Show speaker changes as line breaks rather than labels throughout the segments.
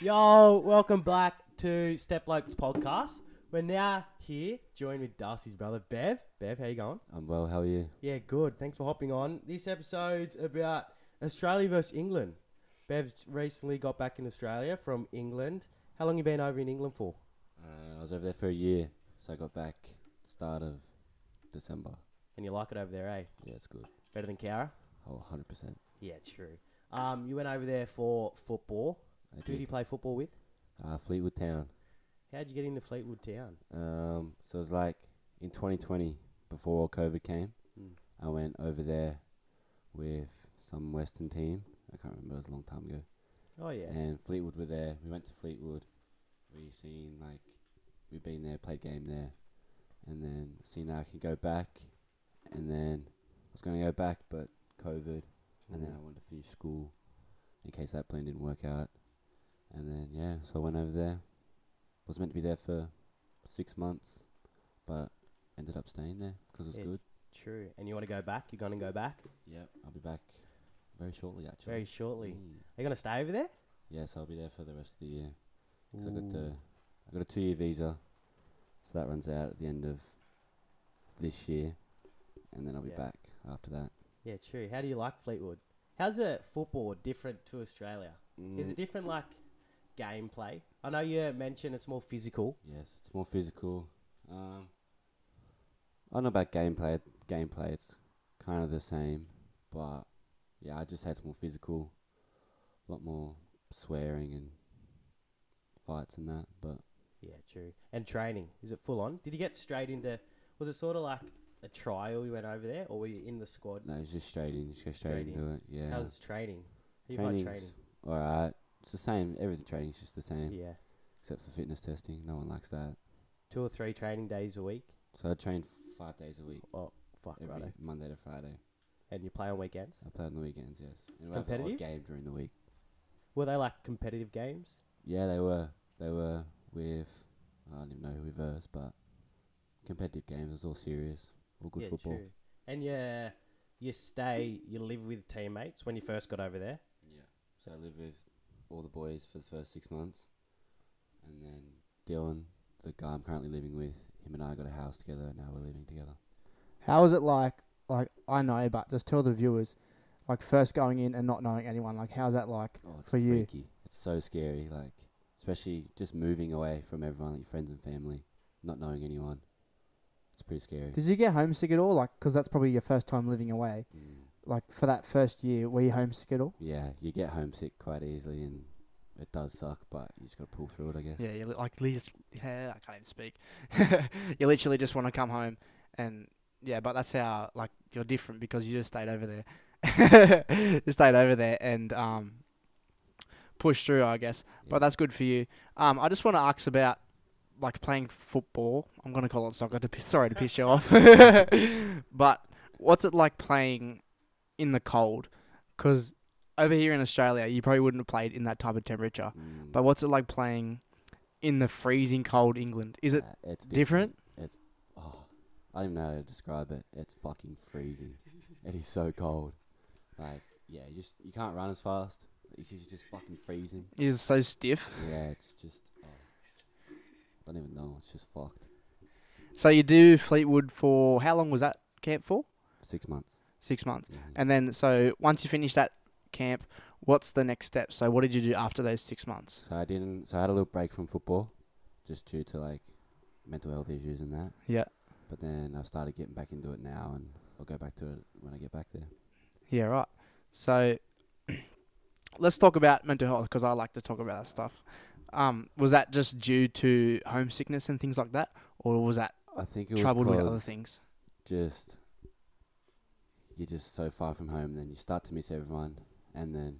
Yo, welcome back to Step Blokes podcast. We're now here joined with Darcy's brother Bev. Bev, how you going?
I'm well. How are you?
Yeah, good. Thanks for hopping on. This episode's about Australia versus England. Bev's recently got back in Australia from England. How long you been over in England for?
Uh, I was over there for a year, so I got back start of December.
And you like it over there, eh?
Yeah, it's good.
Better than Cowra?
Oh, 100%.
Yeah, true. Um, you went over there for football.
I
Who did you
did.
play football with?
Uh, Fleetwood Town.
How'd you get into Fleetwood Town?
Um, so it was like in 2020, before COVID came,
Mm.
I went over there with some Western team. I can't remember. It was a long time ago.
Oh yeah.
And Fleetwood were there. We went to Fleetwood. We seen like we've been there, played game there, and then seen that I can go back. And then I was going to go back, but COVID. And then I wanted to finish school in case that plan didn't work out. And then, yeah, so I went over there. Was meant to be there for six months, but ended up staying there because it was
Yeah.
good.
True. And you want to go back? You're gonna go back
Yep. I'll be back very shortly, actually.
very shortly. Are
Mm.
you gonna stay over there?
Yeah, so I'll be there for the rest of the year. Because I got
Ooh.
the, I got a two year visa, so that runs out at the end of this year, and then I'll be
Yeah.
back after that.
Yeah, true. How do you like Fleetwood? How's it football different to Australia? Is
Mm.
it different like gameplay? I know you mentioned it's more physical.
Yes, it's more physical. Um, I don't know about gameplay. Gameplay, it's kind of the same, but yeah, I just had it's more physical, a lot more swearing and fights and that. But
Yeah, true. And training. Is it full on? Did you get straight into was it sort of like a trial you went over there or were you in the squad?
no, it's just straight in. Just go straight,
Straight in.
into it. Yeah.
How's training? How you find
Training's All right. It's the same. Everything training's just the same.
training? Yeah.
except for fitness testing. No one likes that.
Two or three training days a week.
So I train f- five days a week,
Oh fuck
every
righto.
Monday to Friday.
And you play on weekends?
I play on the weekends, yes. And we
Competitive?
have an odd game during the week.
Were they like competitive games?
Yeah, they were. They were with I don't even know who we versed, but competitive games. It was all serious, all good
yeah,
football.
True. And yeah, you stay, you live with teammates when you first got over there.
Yeah. So I lived with all the boys for the first six months, and then Dylan, the guy I'm currently living with, him and I got a house together. and Now we're living together.
How is it like? Like I know, but just tell the viewers, like first going in and not knowing anyone. Like how's that like?
Oh, it's
for you.
freaky. It's so scary, like especially just moving away from everyone, like your friends and family, not knowing anyone. It's pretty scary.
Did you get homesick at all? Like, 'cause that's probably your first time living away.
Mm.
Like for that first year, were you homesick at all?
Yeah, you get homesick quite easily, and it does suck, but you just got to pull through it, I guess.
Yeah, you li- like li- yeah, I can't even speak. you literally just want to come home, and yeah, but that's how like you're different because you just stayed over there, you stayed over there and um, pushed through, I guess.
Yeah.
But that's good for you. Um, I just want to ask about like playing football. I'm gonna call it soccer. To piss, sorry to piss you off, but what's it like playing in the cold? Because over here in Australia, you probably wouldn't have played in that type of temperature.
Mm.
But what's it like playing in the freezing cold England? Is it
Uh, it's
different?
Oh, I don't even know how to describe it. It's fucking freezing. it is so cold. Like, yeah, you just you can't run as fast. It's just- just fucking freezing.
Is it so stiff?
Yeah, it's just. Oh, don't even know. It's just fucked.
So you do Fleetwood for how long was that camp for?
Six months.
Six months.
Mhm.
And then so once you finish that camp, what's the next step? So what did you do after those six months?
So I didn't. So I had a little break from football, just due to like mental health issues and that.
Yeah.
But then I've started getting back into it now, and I'll go back to it when I get back there.
Yeah, right. So let's talk about mental health because I like to talk about that stuff. Um, was that just due to homesickness and things like that, or was that
I think it
troubled
was
with other
'cause
things?
just you're just so far from home, then you start to miss everyone, and then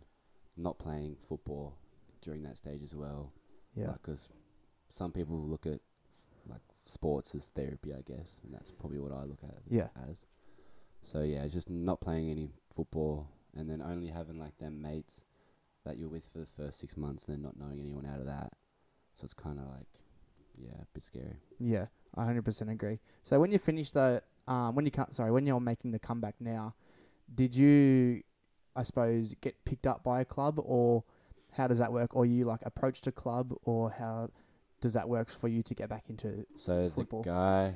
not playing football during that stage as well. Because some people look at like sports as therapy, I guess, and that's probably what I look at.
Yeah.
as. So yeah, it's just not playing any football and then only having like them mates that you're with for the first six months and then not knowing anyone out of that. So it's kind of like, yeah, a bit scary.
Yeah, I hundred percent agree. So when you finish the um, when you can sorry, when you're making the comeback now, did you, I suppose, get picked up by a club or How does that work? Or you like approached a club, or how does that work for you to get back into?
So
Football.
the guy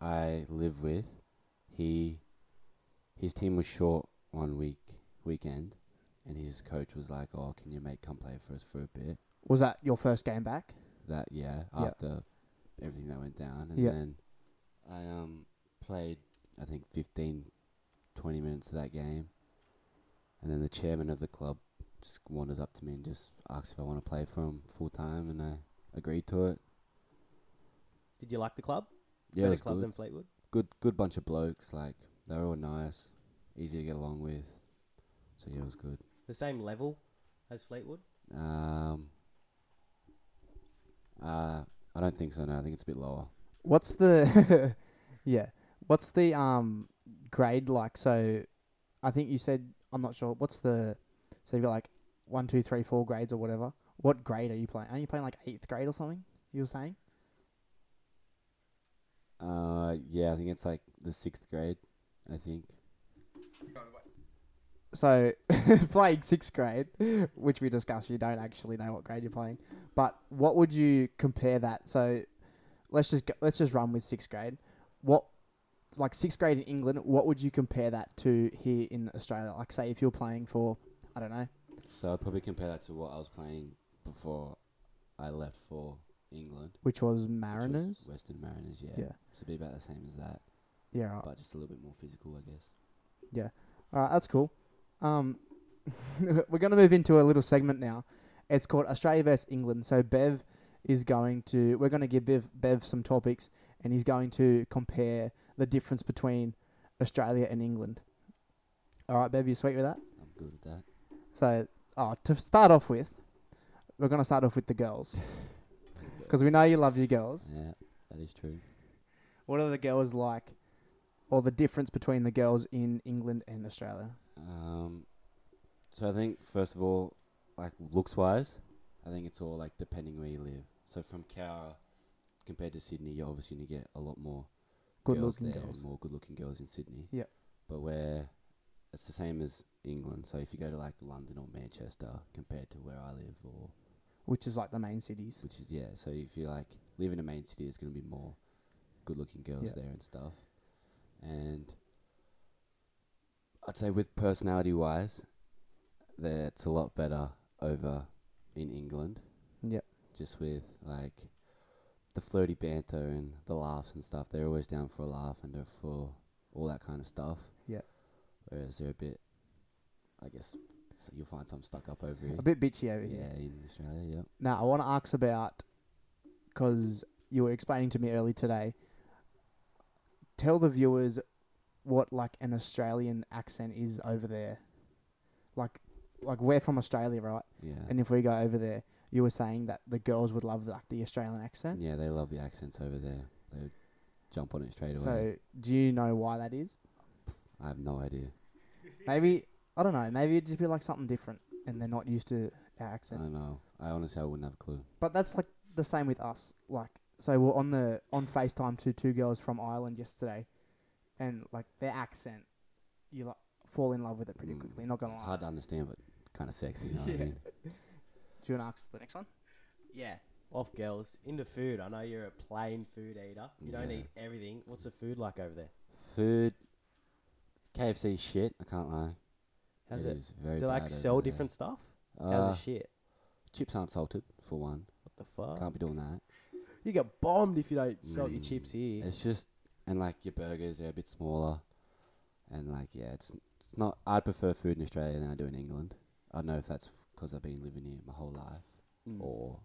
I live with, he his team was short one week weekend, and his coach was like, "Oh, can your mate come play for us for a bit?"
Was that your first game back?
That yeah,
Yeah.
after everything that went down, and
Yeah.
then I um played I think 15, 20 minutes of that game, and then the chairman of the club just wanders up to me and just asks if I want to play for him full time, and I agreed to it.
Did you like the club?
Yeah, it
Better
was
club
good.
than Fleetwood.
good good bunch of blokes. Like they were all nice, easy to get along with. So yeah, it was good.
The same level as Fleetwood.
Um, uh, I don't think so. No, I think it's a bit lower.
What's the yeah? What's the um grade like? So, I think you said I'm not sure. What's the so you've got like one, two, three, four grades or whatever. What grade are you playing? Aren't you playing like eighth grade or something? You were saying
Uh, yeah, I think it's like the sixth grade. I think.
so. playing sixth grade, which we discussed, you don't actually know what grade you're playing. But what would you compare that? So, let's just go, let's just run with sixth grade. What it's like sixth grade in England? What would you compare that to here in Australia? Like, say if you're playing for I don't know.
So I'd probably compare that to what I was playing before I left for England.
which was
which was
Mariners.
Western Mariners. Yeah.
Yeah.
So it'd be about the same as that,
Yeah, right.
but just a little bit more physical, I guess.
all right, that's cool. Um, we're gonna move into a little segment now. It's called Australia versus England. So Bev is going to. We're gonna give Bev, Bev some topics, and he's going to compare the difference between Australia and England. All right, Bev, you sweet with that?
I'm good with that.
So, oh, to start off with, we're gonna start off with the girls because we know you love your girls.
Yeah, that is true.
What are the girls like, or the difference between the girls in England and Australia?
Um, so I think first of all, like looks wise, I think it's all like depending where you live. So from Cowra, compared to Sydney, you're obviously gonna get a lot more
Good
girls
looking
there
girls.
and more good-looking girls in Sydney.
Yep.
But where it's the same as England. So if you go to like London or Manchester, compared to where I live, or
which is like the main cities.
which is yeah. So if you like live in a main city, there's gonna be more good-looking girls
Yeah.
there and stuff. And I'd say with personality-wise, that's a lot better over in England.
Yep.
Just with like the flirty banter and the laughs and stuff. They're always down for a laugh and they're for all that kind of stuff.
Yep.
Whereas they're a bit, I guess, so you'll find some stuck up over here.
A bit bitchy over
Yeah,
here.
in Australia. Yep.
Now I want to ask about because you were explaining to me early today. Tell the viewers what like an Australian accent is over there. Like, like we're from Australia, right?
Yeah.
And if we go over there, you were saying that the girls would love like the Australian accent.
Yeah, they love the accents over there. They would jump on it straight away.
So do you know why that is?
I have no idea.
Maybe I don't know. Maybe it'd just be like something different, and they're not used to our
I
accent.
don't know. I honestly, I wouldn't have a clue.
But that's like the same with us. Like, so we're on the on Facetime to two girls from Ireland yesterday, and like their accent, you like fall in love with it pretty
Mm.
quickly. Not gonna
It's
lie.
hard to understand, but kind of sexy. You know
Yeah.
what I mean?
Do you want to ask the next one?
Yeah. Off girls into food. I know you're a plain food eater. You don't
Yeah.
eat everything. What's the food like over there?
Food, KFC shit. I can't lie.
How's it?
is very
Do they like
bad over
sell
there.
different stuff?
Uh,
How's it shit?
chips aren't salted for one.
What the fuck?
Can't be doing that.
You get bombed if you don't sell your
Mm.
chips here.
It's just and like your burgers, they're a bit smaller, and like yeah, it's it's not. I'd prefer food in Australia than I do in England. I don't know if that's because I've been living here my whole life.
Mm.
or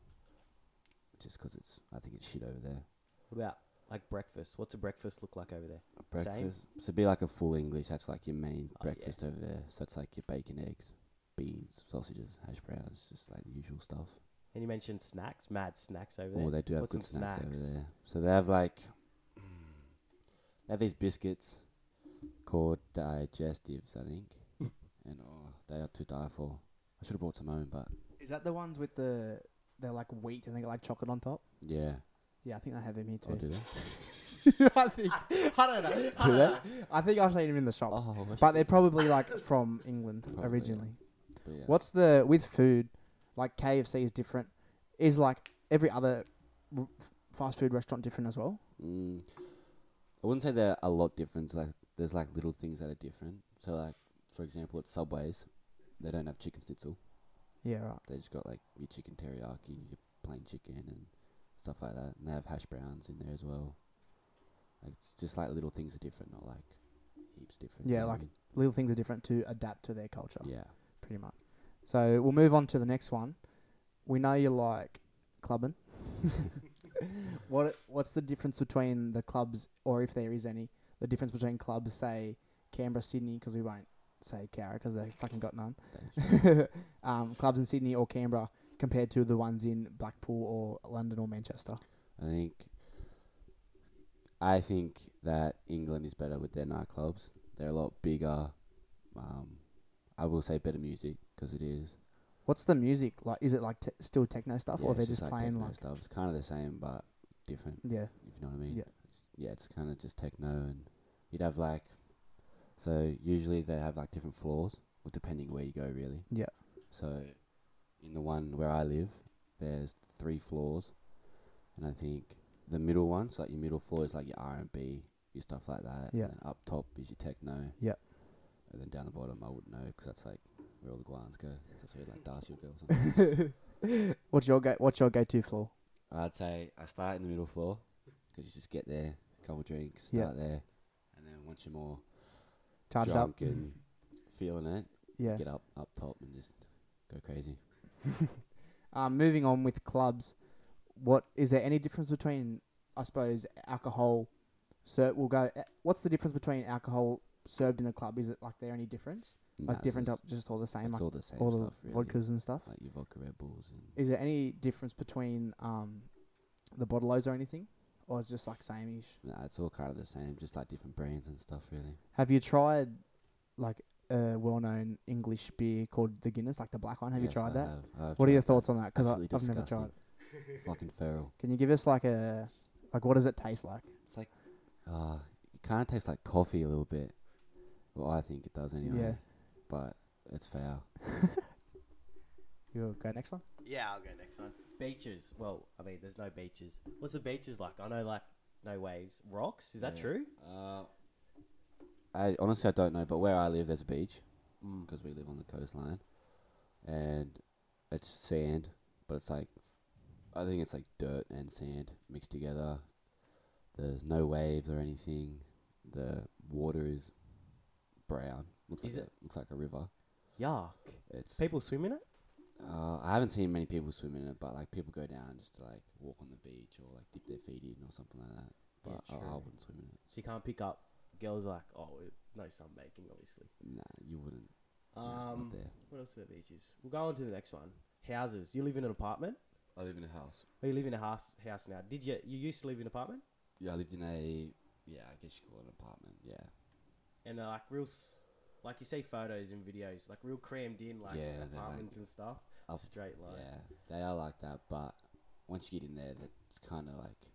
just 'cause it's I think it's shit over there.
What about like breakfast? What's a breakfast look like over there? Same.
Breakfast. So it'd be like a full English. That's like your main
Oh, yeah.
breakfast over there. So it's like your bacon, eggs, beans, sausages, hash browns, just like the usual stuff.
And you mentioned snacks, mad snacks over there.
Oh, they do have
What's
good
some
snacks,
snacks?
over there. So they have like they have these biscuits called digestives, I think, and oh, they are to die for. I should have brought some home, but
Is that the ones with the they're like wheat and they got like chocolate on top?
yeah,
Yeah, I think they have them here
I'll do
too.
that.
Oh,
Oh,
I think I don't know. I,
Do they?
don't know. I think I've seen them in the shops,
Oh, I should
but
get
they're
some.
probably like from England
Probably, yeah.
originally.
But yeah.
What's the with food? like KFC is different. Is like every other r- f- fast food restaurant different as well?
Mm, I wouldn't say they're a lot different. Like there's like little things that are different. So like for example, at Subway's, they don't have chicken schnitzel.
Yeah, right.
They just got like your chicken teriyaki, your plain chicken, and stuff like that. And they have hash browns in there as well. Like it's just like little things are different, not like heaps different.
Yeah,
you know what
like- Little things are different to adapt to their culture.
I mean? yeah.
pretty much. So we'll move on to the next one. We know you like clubbing. what what's the difference between the clubs, or if there is any, the difference between clubs, say Canberra, Sydney, because we won't say Cowra because they fucking got none.
Thanks.
um, clubs in Sydney or Canberra compared to the ones in Blackpool or London or Manchester.
I think I think that England is better with their nightclubs. They're a lot bigger. Um, I will say better music because it is.
What's the music like? Is it like te- still techno stuff,
Yeah,
or
it's
they're just, playing
techno
like?
stuff. It's kind of the same but different.
Yeah,
If you know what I mean.
Yeah.
It's, yeah, it's kind of just techno, and you'd have like. So usually they have like different floors, or depending where you go, really.
Yeah.
So, in the one where I live, there's three floors, and I think the middle one, so like your middle floor is like your R and B, your stuff like that.
Yeah.
And then up top is your techno.
Yeah.
And then down the bottom, I wouldn't know 'cause that's like where all the guans go. So that's where like Darcy will go or something.
what's your go? What's your go-to floor?
I'd say I start in the middle floor 'cause you just get there, couple drinks,
Yeah.
start there, and then once you're more
Charged
drunk
up.
and feeling it,
Yeah.
get up up top and just go crazy.
Um, moving on with clubs, what is there any difference between, I suppose, alcohol? So we'll go. eh, What's the difference between alcohol served in the club? Is it like there any difference?
Nah,
Like
it's
different,
just,
up, just all the same,
it's
like
all the same
all
stuff,
the
really.
vodkas and stuff.
Like your vodka Red Bulls and
Is there any difference between um, the bottle-os or anything, or it's just like sameish?
nah, it's all kind of the same, just like different brands and stuff, really.
Have you tried like a well-known English beer called the Guinness, like the black one? Have
Yes,
you tried
I
that?
have- I have
What are your
tried that.
thoughts on that? Because
Absolutely
I've never tried.
disgusting. Fucking feral.
Can you give us like a like what does it taste like?
It's like, ah, it kind of tastes like coffee a little bit. Well, I think it does anyway.
Yeah.
But it's foul.
You go next one.
Yeah, I'll go next one. Beaches. Well, I mean, there's no beaches. What's the beaches like? I know, like, no waves. Rocks? Is that
Yeah.
true?
Uh, I honestly I don't know, but where I live there's a beach
Mm.
because we live on the coastline, and it's sand, but it's like I think it's like dirt and sand mixed together. There's no waves or anything. The water is brown. Looks
Is
like a, looks like a river.
Yuck.
It's
People swim in it?
uh, I haven't seen many people swim in it, but like people go down just to like walk on the beach or like dip their feet in or something like that.
Yeah,
But I, I
true.
wouldn't swim in it.
So you can't pick up girls like, oh, it- no sunbaking, obviously.
Nah, you wouldn't. Nah, not
Um,
there.
what else about beaches? We'll go on to the next one. Houses. You live in an apartment?
I live in a house.
Or you live in a house, house now? Did you? You used to live in an apartment?
Yeah, I lived in a yeah, I guess you call it an apartment. Yeah,
And they're like real, s- like you see photos and videos, like real crammed in, like
Yeah, they're like
apartments and stuff.
up-
Straight line.
yeah, they are like that. But once you get in there, that's kind of like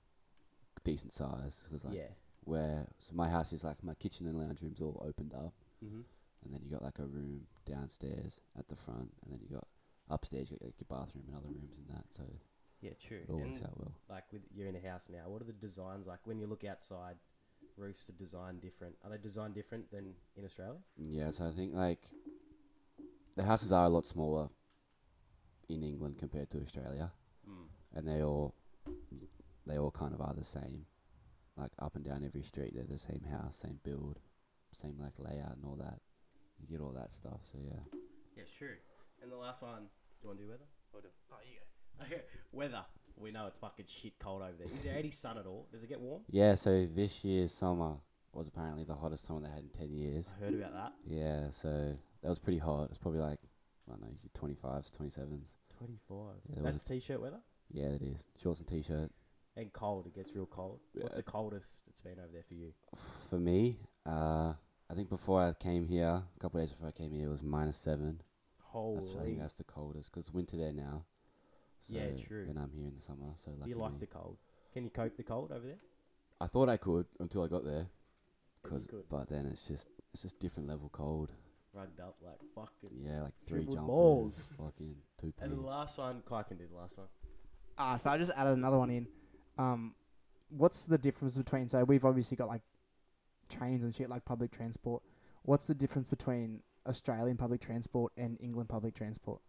decent size because like
yeah.
where so my house is like my kitchen and lounge rooms all opened up,
Mm-hmm.
and then you got like a room downstairs at the front, and then you got upstairs you got like your bathroom and other rooms and that. So
Yeah, true.
it all works
And-
out well.
like with you're in a house now what are the designs like when you look outside roofs are designed different are they designed different than in australia
Yeah, so I think like the houses are a lot smaller in England compared to Australia.
Hmm.
and they all they all kind of are the same. Like up and down every street, they're the same house, same build, same like layout and all that. You get all that stuff. So yeah,
yeah sure and the last one do you want to do weather or do, oh you go okay weather we know it's fucking shit cold over there is there any sun at all does it get warm
yeah. So this year's summer was apparently the hottest summer they had in ten years.
i heard about that
Yeah, so that was pretty hot. It was probably like I don't know, your twenty fives, twenty sevens.
25
Yeah, there was
that's t-shirt weather
Yeah, it is shorts and t-shirt.
and cold it gets real cold what's
Yeah.
the coldest it's been over there for you
For me, uh, I think before I came here, a couple of days before I came here, it was minus seven.
holy
That's, I think that's the coldest because winter there now. So
Yeah, true.
And I'm here in the summer, so
Do
lucky
you like
me.
the cold can you cope the cold over there
I thought I could until I got there,
Then you
'cause-
could.
but then it's just it's just different level cold.
rugged up like fucking.
Yeah, like three
Dribbled
jumpers,
balls.
fucking two
And the
pins.
last one, Kai can do the last one.
Ah, so I just added another one in. Um, what's the difference between? So we've obviously got like trains and shit, like public transport. What's the difference between Australian public transport and England public transport?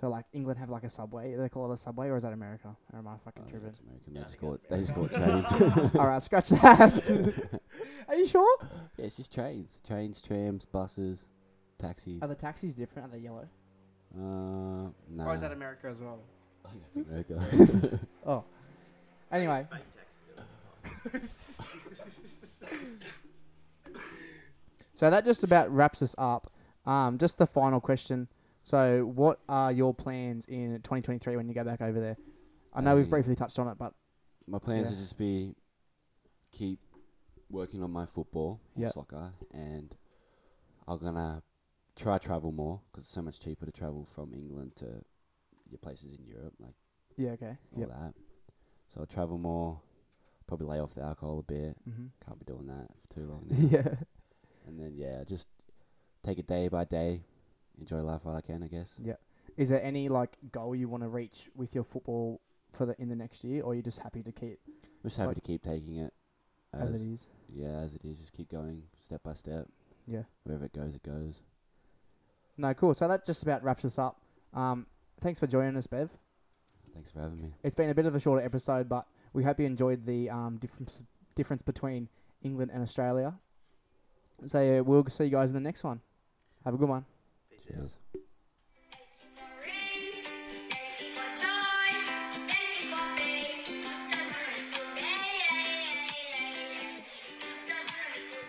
So like England have like a subway. They call it a subway, or is that America? Or am I fucking
Oh,
tripping?
that's American.
Yeah,
They
I
just
think
call it.
that's
They just call it
American.
trains.
All right, scratch that. Are you sure?
yeah, it's just trains, trains, trams, buses, taxis.
Are the taxis different? Are they yellow?
Uh, no.
Or
Uh,
is that America as well?
America?
Oh. Anyway, so that just about wraps us up. Um, just the final question. So, what are your plans in 2023 when you go back over there? I know we've
Um,
briefly touched on it, but
my plans
Yeah.
would just be keep working on my football, or
Yep.
soccer, and I'm gonna try travel more because it's so much cheaper to travel from England to your places in Europe, like
yeah, okay,
all
yep.
that. So I'll travel more, probably lay off the alcohol a bit.
Mm-hmm.
Can't be doing that for too long. now.
yeah,
And then yeah, just take it day by day, enjoy life while I can, I guess.
is there any like goal you want to reach with your football for the in the next year, or are you just happy to keep
I'm just happy
Like-
to keep taking it
as, it is?
yeah, as it is. Just keep going step by step.
Yeah.
Wherever it goes, it goes.
No, cool. So that just about wraps us up. Um, thanks for joining us, Bev.
Thanks for having me.
It's been a bit of a shorter episode, but we hope you enjoyed the um, difference difference between England and Australia. So yeah, we'll see you guys in the next one. Have a good one.
Cheers.